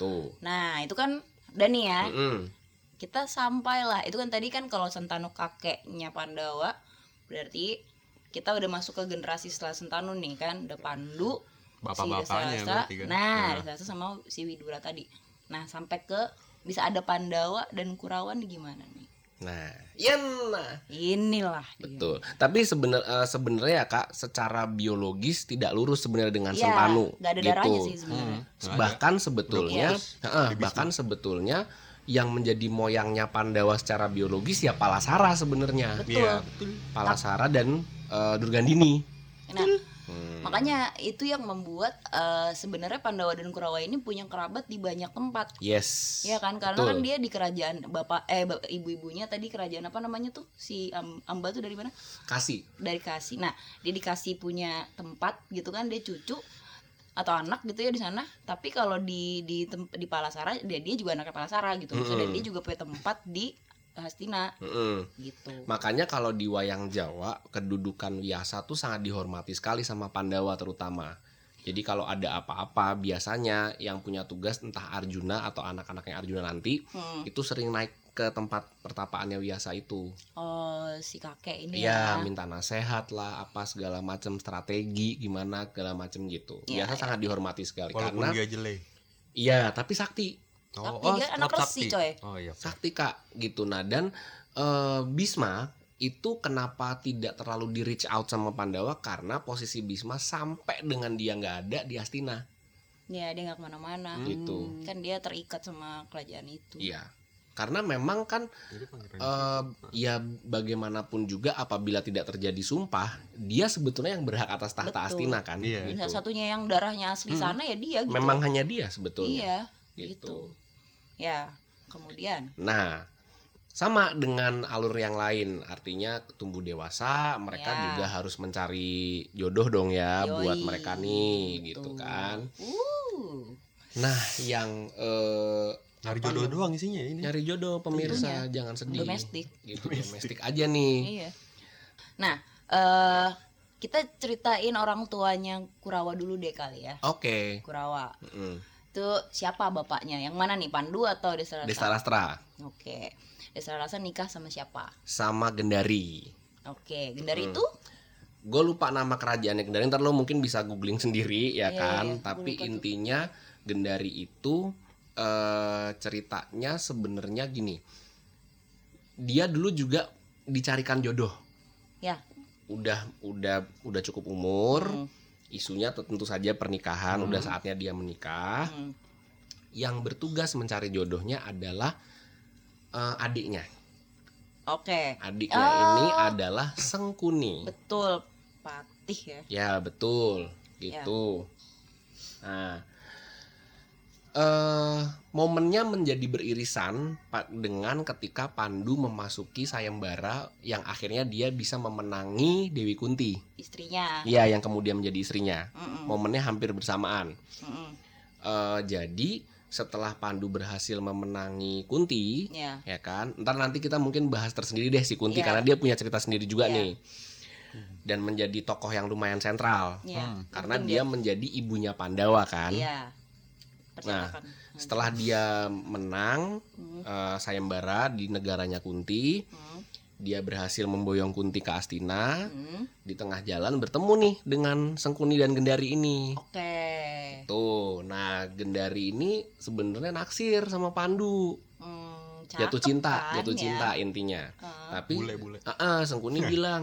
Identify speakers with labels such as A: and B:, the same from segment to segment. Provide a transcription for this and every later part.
A: Tuh.
B: Nah, itu kan udah nih ya.
A: Mm-mm.
B: Kita sampailah. Itu kan tadi kan kalau Sentanu kakeknya Pandawa berarti kita udah masuk ke generasi setelah Sentanu nih kan, udah Pandu,
A: Bapak-bapaknya
B: Desa-
A: berarti kan.
B: Nah, Desasa sama si Widura tadi. Nah, sampai ke bisa ada Pandawa dan Kurawan nih gimana nih?
A: Nah, iya, nah.
B: Inilah dia.
A: Betul. Tapi sebenar eh, sebenarnya ya Kak, secara biologis tidak lurus sebenarnya dengan
B: Iya,
A: Sentanu.
B: nggak ada
A: gitu.
B: darahnya sih Iya. sebenarnya.
A: Nggak Bahkan ada. sebetulnya,
B: Udah
A: heeh, bahkan sebetulnya yang menjadi moyangnya Pandawa secara biologis ya Palasara sebenarnya.
B: Betul.
A: Palasara dan eh, Durgandini.
B: Nah,
A: Hmm.
B: makanya itu yang membuat eh, sebenarnya Pandawa dan Kurawa ini punya kerabat di banyak tempat.
A: Yes.
B: Iya kan karena
A: Betul.
B: kan dia di kerajaan bapak eh bap- ibu-ibunya tadi kerajaan apa namanya tuh si Am- Amba tuh dari mana?
A: kasih.
B: Dari Kasih. Nah, dia dikasih punya tempat gitu kan dia cucu atau anak gitu ya di sana. Tapi kalau di di tem- di Palasara dia, dia juga anaknya Palasara gitu. Maksudnya
A: Mm-mm.
B: dia juga punya tempat di Hastina
A: Mm-mm.
B: gitu.
A: Makanya kalau di wayang Jawa kedudukan Wiyasa tuh sangat dihormati sekali sama Pandawa terutama. Jadi kalau ada apa-apa biasanya yang punya tugas entah Arjuna atau anak-anaknya Arjuna nanti
B: Hmm.
A: itu sering naik ke tempat pertapaannya Wiyasa itu.
B: Oh, si kakek ini
A: Iya,
B: ya.
A: minta nasehat lah, apa segala macam strategi gimana segala macam gitu.
B: Iya,
A: Biasa
B: iya.
A: sangat dihormati sekali
C: Walaupun
A: karena
C: dia jelek.
A: iya, tapi sakti
B: Sakti, dia anak
C: tetap
B: resi, coy.
C: Oh iya.
A: sakti kak gitu nah dan eh, Bisma itu kenapa tidak terlalu di reach out sama Pandawa karena posisi Bisma sampai dengan dia nggak ada di Astina
B: Ya, dia nggak kemana-mana.
A: Hmm. Gitu.
B: Kan dia terikat sama kerajaan itu.
A: iya karena memang kan
C: Jadi pangeran
A: eh, ya bagaimanapun juga apabila tidak terjadi sumpah dia sebetulnya yang berhak atas
B: Betul.
A: tahta Astina kan
C: Iya,
B: Dan
A: Gitu.
B: satunya yang darahnya asli
A: Hmm.
B: sana ya dia gitu.
A: memang hanya dia sebetulnya
B: Iya. gitu.
A: gitu
B: Ya, kemudian
A: Nah, sama dengan alur yang lain, artinya tumbuh dewasa, mereka
B: Ya.
A: juga harus mencari jodoh dong ya
B: Yoi,
A: buat mereka nih, gitu
B: betul.
A: kan.
B: Uh,
A: Nah, yang eh,
C: Nyari
A: apa
C: jodoh
A: namanya?
C: doang isinya ini.
A: nyari jodoh pemirsa jangan sedih,
B: Iya. domestik.
A: gitu domestik aja nih.
B: Iya. Nah, eh kita ceritain orang tuanya Kurawa dulu deh kali ya.
A: Oke,
B: Kurawa.
A: Mm-mm.
B: Itu siapa bapaknya? Yang mana nih? Pandu atau Desa Rasa?
A: Desa Lastra
B: Oke. Desa Rasa nikah sama siapa?
A: sama Gendari.
B: Oke, Gendari
A: Hmm.
B: itu
A: Gue lupa nama kerajaannya Gendari, ntar lo mungkin bisa googling sendiri ya
B: Iya,
A: kan.
B: iya, gua
A: Tapi
B: lupa tuh.
A: intinya Gendari itu eh ceritanya sebenarnya gini. Dia dulu juga dicarikan jodoh.
B: Ya.
A: Udah udah udah cukup umur,
B: Hmm,
A: isunya tentu saja pernikahan,
C: Hmm.
A: udah saatnya dia menikah.
B: hmm.
A: Yang bertugas mencari jodohnya adalah eh, adiknya.
B: Oke,
A: Adiknya
B: Oh.
A: ini adalah Sengkuni.
B: betul. Patih ya.
A: Ya betul gitu. Nah, eh momennya menjadi beririsan pa- dengan ketika Pandu memasuki sayembara yang akhirnya dia bisa memenangi Dewi Kunti.
B: Istrinya.
A: Iya yang kemudian menjadi istrinya.
B: Mm-mm,
A: Momennya hampir bersamaan.
B: mm-mm.
A: Eh jadi setelah Pandu berhasil memenangi Kunti,
B: Ya.
A: ya kan ntar nanti kita mungkin bahas tersendiri deh si Kunti
B: Iya.
A: karena dia punya cerita sendiri juga
B: Iya.
A: nih dan menjadi tokoh yang lumayan sentral
B: Iya.
C: Hmm,
A: karena
B: Penting
A: dia menjadi ibunya Pandawa kan
B: Iya. Persilakan.
A: setelah dia menang
B: Hmm,
A: eh, sayembara di negaranya Kunti
B: hmm,
A: dia berhasil memboyong Kunti ke Astina
B: hmm.
A: di tengah jalan bertemu nih dengan Sengkuni dan Gendari ini
B: Oke.
A: tuh nah Gendari ini sebenarnya naksir sama Pandu
B: Hmm,
A: jatuh
B: cakep
A: cinta
B: kan
A: jatuh
B: ya?
A: cinta intinya
B: Heeh.
A: tapi
C: Bule-bule.
A: Ah, ah, Sengkuni
C: Heh.
A: bilang,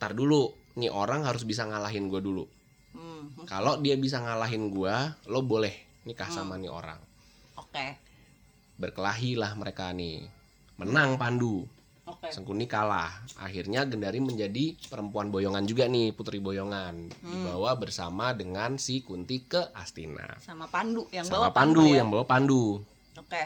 A: tar dulu, nih orang harus bisa ngalahin gue dulu.
B: Hmm, Oke.
A: Kalau dia bisa ngalahin gue, lo boleh nikah
B: Hmm.
A: sama nih orang. Berkelahi lah mereka nih. Menang Pandu,
B: Oke.
A: Sengkuni kalah. Akhirnya Gendari menjadi perempuan boyongan juga nih, putri boyongan.
B: Hmm.
A: Dibawa bersama dengan si Kunti ke Astina.
B: Sama Pandu yang bawa
A: Sama Pandu,
B: ya?
A: yang bawa Pandu.
B: Oke.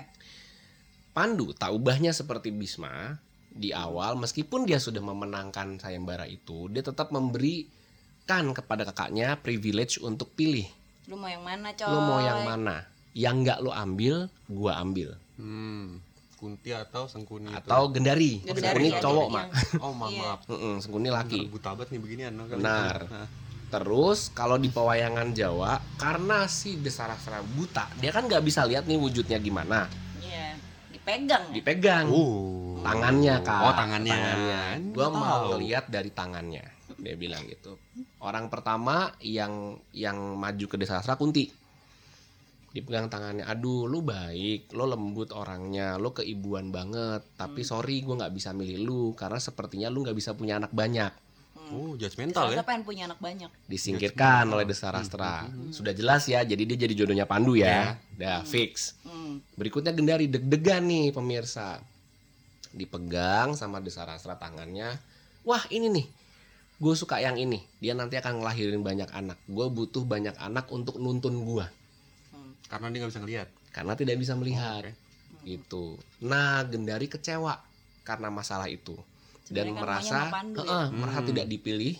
A: Pandu tak ubahnya seperti Bisma di awal meskipun dia sudah memenangkan sayembara itu dia tetap memberikan kepada kakaknya privilege untuk pilih
B: Lu mau yang mana, coy?
A: lo mau yang mana yang nggak lo ambil gua ambil
C: Hmm. Kunti atau Sengkuni itu.
A: atau gendari
B: Gitu. Gendari
A: sengkuni
B: ya,
A: cowok
B: yang-
A: mak
C: oh maaf.
B: Iya.
C: maaf.
A: Mm-mm, sengkuni laki
C: Rebutan banget nih beginian no, kali.
A: Benar.
C: Nah,
A: Terus kalau di pewayangan Jawa karena si Desarasra buta, dia kan nggak bisa lihat nih wujudnya gimana.
B: Iya. Dipegang. ya?
A: Dipegang
C: Oh.
A: tangannya kak.
C: Oh, tangannya.
A: Tangannya. Gua mau
C: Tahu.
A: lihat dari tangannya. Dia bilang gitu. Orang pertama yang yang maju ke Desarasra Kunti. Dipegang tangannya. Aduh, lu baik, lu lembut orangnya, lu keibuan banget. Tapi
B: Hmm.
A: sorry, gua nggak bisa milih lu karena sepertinya lu nggak bisa punya anak banyak.
B: Hmm.
C: Oh, judgmental
B: Ternyata
C: ya.
B: pengen punya anak banyak.
A: disingkirkan
C: Yes,
A: oleh
C: betul.
A: Desarastra.
C: Hmm,
B: hmm.
A: Sudah jelas ya, jadi dia jadi jodohnya Pandu
C: Iya.
A: ya. Dah
B: Hmm.
A: fix.
B: Hmm.
A: Berikutnya Gendari deg-degan nih pemirsa. Dipegang sama Desarastra tangannya. Wah, ini nih. Gue suka yang ini. Dia nanti akan ngelahirin banyak anak. Gue butuh banyak anak untuk nuntun gue
B: Hmm.
C: Karena dia nggak bisa ngelihat.
A: karena tidak bisa melihat
C: Oke.
B: Hmm.
A: gitu. Nah, Gendari kecewa karena masalah itu
B: Sebenarnya
A: dan
B: kan
A: merasa
B: maunya sama Pandu ya.
A: Heeh, merasa
C: Hmm.
A: tidak dipilih,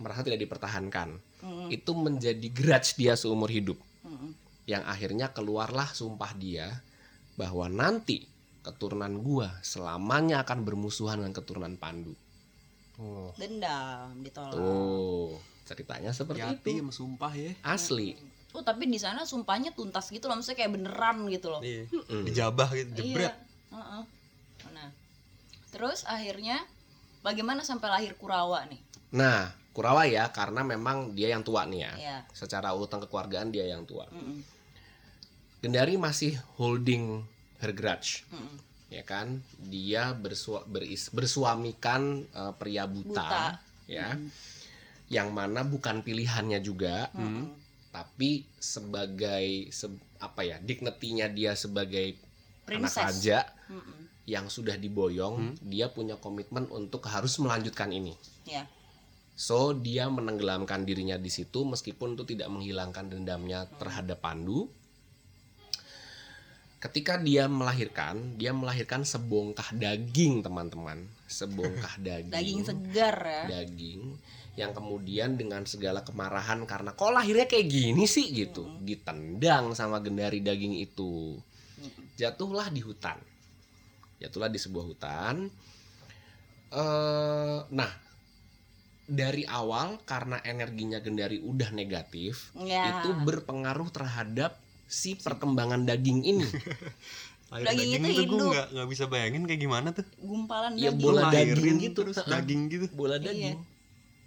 A: merasa tidak dipertahankan.
B: Hmm.
A: Itu menjadi grudge dia seumur hidup.
B: Hmm.
A: Oh. yang akhirnya keluarlah sumpah dia bahwa nanti keturunan gua selamanya akan bermusuhan dengan keturunan Pandu.
C: Oh.
B: Dendam ditolak.
A: Oh, Tuh, ceritanya seperti itu.
C: Hati sama sumpah ya.
A: Asli.
B: Hmm. Oh tapi di sana sumpahnya tuntas gitu loh, maksudnya kayak beneran gitu loh.
C: Iya.
A: Mm-mm.
C: Dijabah gitu, jebret.
B: Iya. Heeh. Nah, terus akhirnya bagaimana sampai lahir Kurawa nih?
A: Nah, Kurawa ya karena memang dia yang tua nih ya.
B: Iya.
A: Secara urutan kekeluargaan dia yang tua.
B: Mm-mm,
A: Gendari masih holding her grudge,
B: mm-mm.
A: ya kan? Dia bersua- beris- bersuamikan eh, pria buta,
B: Buta.
A: ya.
B: Mm-mm,
A: Yang mana bukan pilihannya juga,
B: mm-mm.
A: tapi sebagai se- apa ya dignitinya dia sebagai anak
B: Princess.
A: raja
B: Mm-mm.
A: yang sudah diboyong dia punya komitmen untuk harus melanjutkan ini
B: Iya.
A: so dia menenggelamkan dirinya di situ meskipun itu tidak menghilangkan dendamnya
B: Hmm.
A: terhadap Pandu ketika dia melahirkan dia melahirkan sebongkah daging teman-teman sebongkah Iya.
B: Daging segar ya.
A: daging yang kemudian dengan segala kemarahan karena kok lahirnya kayak gini sih gitu
B: Mm.
A: ditendang sama gendari daging itu
B: Mm-mm.
A: jatuhlah di hutan jatuhlah di sebuah hutan eh nah dari awal karena energinya gendari udah negatif
B: Ya.
A: itu berpengaruh terhadap si perkembangan daging ini
C: Air
B: Daging itu
C: tuh gue
B: hidup.
C: nggak nggak bisa bayangin kayak gimana tuh.
B: gumpalan
A: Ya,
B: daging.
A: bola
C: Lu
A: daging
C: lahirin
A: gitu.
C: terus
A: Heeh.
C: daging gitu.
A: bola
B: Iya.
A: daging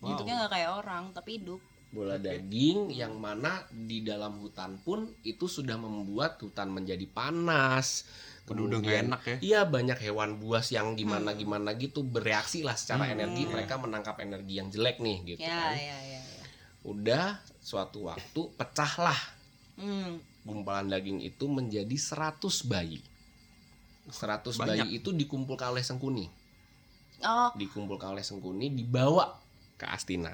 C: Wow.
B: Bentuknya nggak kayak orang tapi hidup.
A: bola
C: Oke.
A: daging yang mana di dalam hutan pun itu sudah membuat hutan menjadi panas.
C: Aduh, udah nggak
A: Kemudian
C: enak ya.
A: Iya banyak hewan buas yang gimana
B: Hmm.
A: gimana gitu bereaksi lah secara
C: Hmm,
B: iya.
A: energi mereka menangkap energi yang jelek nih gitu
B: Ya,
A: kan.
B: ya, ya, ya.
A: Udah suatu waktu pecahlah
B: Hmm.
A: gumpalan daging itu menjadi 100 bayi. 100
C: Banyak.
A: bayi itu dikumpulkan oleh Sengkuni,
B: Oh,
A: dikumpulkan oleh Sengkuni dibawa ke Astina.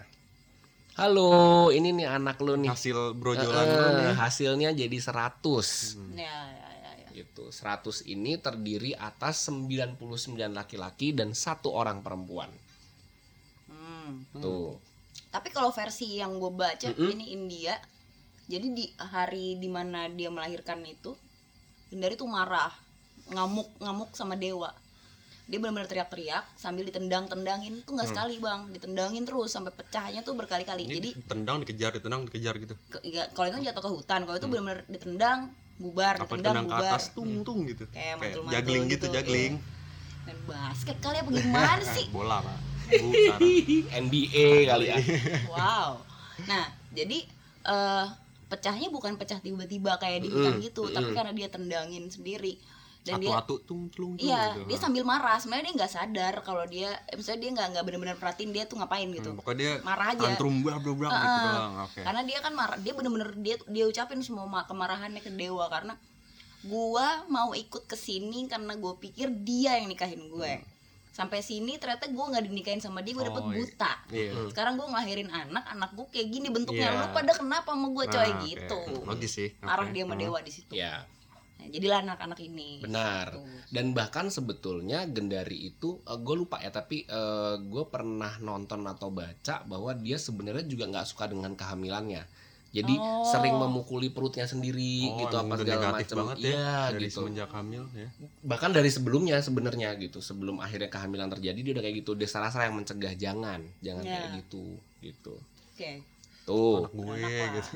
A: Halo, ini nih anak lu nih.
C: Hasil brojolan lu
A: Eh,
C: nih. ya.
A: hasilnya jadi 100
C: Hmm.
B: ya, ya, ya, ya.
A: gitu 100 ini terdiri atas 99 laki-laki dan satu orang perempuan
B: Hmm.
A: tuh
B: Tapi kalau versi yang gue baca
A: Mm-mm.
B: ini India, jadi di hari dimana dia melahirkan itu, Gendari tuh marah, ngamuk ngamuk sama dewa. Dia benar-benar teriak-teriak sambil ditendang-tendangin tuh nggak
C: Hmm.
B: sekali bang, ditendangin terus sampai pecahnya tuh berkali-kali.
C: Ini
B: Jadi
C: tendang dikejar, ditendang dikejar gitu.
B: ke- ya, kalau itu kan jatuh ke hutan, kalau itu
C: Hmm.
B: benar-benar ditendang bubar,
C: Apa
B: ditendang
C: ditendang ke
B: bubar. Hmm.
C: atas tung-tung gitu.
B: Kayak
C: Kayak
B: mantul-mantul
C: juggling gitu,
B: gitu,
C: juggling.
B: Main basket kali apa gimana
C: Ah,
B: sih?
C: bola, Pak. Bukan.
A: NBA kali ya
C: Iya.
B: Wow. Nah, jadi eh pecahnya bukan pecah tiba-tiba kayak di hutan
A: Mm-mm,
B: gitu, tapi karena dia tendangin sendiri. Dan dia
C: Satu-satu tung-tung gitu.
B: iya, dia
C: Ah.
B: sambil marah. Sebenarnya dia nggak sadar kalau dia eh, misalnya dia nggak nggak benar-benar perhatiin dia tuh ngapain gitu.
C: Hmm, Pokoknya dia
B: Marah aja.
C: tantrum blah blah blah gitu
B: Ah,
C: doang. Oke.
B: Karena dia kan marah, dia benar-benar dia dia ucapin semua ma- kemarahannya ke dewa karena gua mau ikut ke sini karena gue pikir dia yang nikahin gue. Sampai sini ternyata gua nggak dinikahin sama dia, gue dapet
C: Hmm. Oh, iya.
B: buta.
C: Iya.
A: Hmm.
B: sekarang gue ngelahirin anak anak gue kayak gini bentuknya
C: Iya.
B: lu pada kenapa sama gue coy
C: Ah, oke.
B: gitu
C: Logis sih. Oke.
B: arah dia sama
C: Ah.
B: dewa di situ
A: ya
B: nah, jadilah anak-anak ini
A: benar
B: Gitu.
A: dan bahkan sebetulnya Gendari itu gue lupa ya tapi gue pernah nonton atau baca bahwa dia sebenarnya juga nggak suka dengan kehamilannya jadi
B: Oh.
A: sering memukuli perutnya sendiri
C: Oh,
A: gitu apa
C: emang udah
A: segala
C: negatif
A: macam
C: banget ya,
A: iya
C: dari
A: gitu
C: semenjak hamil ya.
A: bahkan dari sebelumnya sebenarnya gitu sebelum akhirnya kehamilan terjadi dia udah kayak gitu dia salah yang mencegah jangan jangan
B: Ya.
A: kayak gitu gitu
B: oke
A: Betul.
C: anak gue
B: Anak, Pak.
C: gitu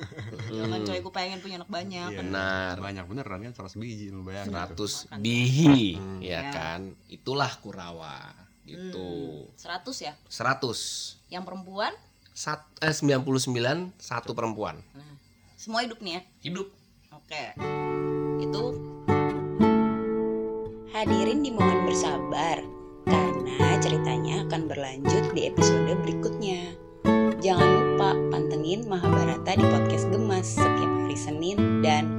B: Jangan
A: Mm,
B: coy, gue pengen punya anak banyak.
C: Iya.
A: Benar.
C: banyak beneran kan 100 biji lu bayangin tuh.
A: 100
B: Makan.
A: bihi,
C: Hmm.
B: Ya.
A: ya kan? Itulah Kurawa gitu.
B: Hmm, 100 ya.
A: 100
B: Yang perempuan
A: sat, eh, 99 satu perempuan.
B: nah, semua hidup nih ya.
A: Hidup.
B: Oke. Itu hadirin dimohon bersabar karena ceritanya akan berlanjut di episode berikutnya. Jangan lupa pantengin Mahabharata di podcast Gemas setiap hari Senin dan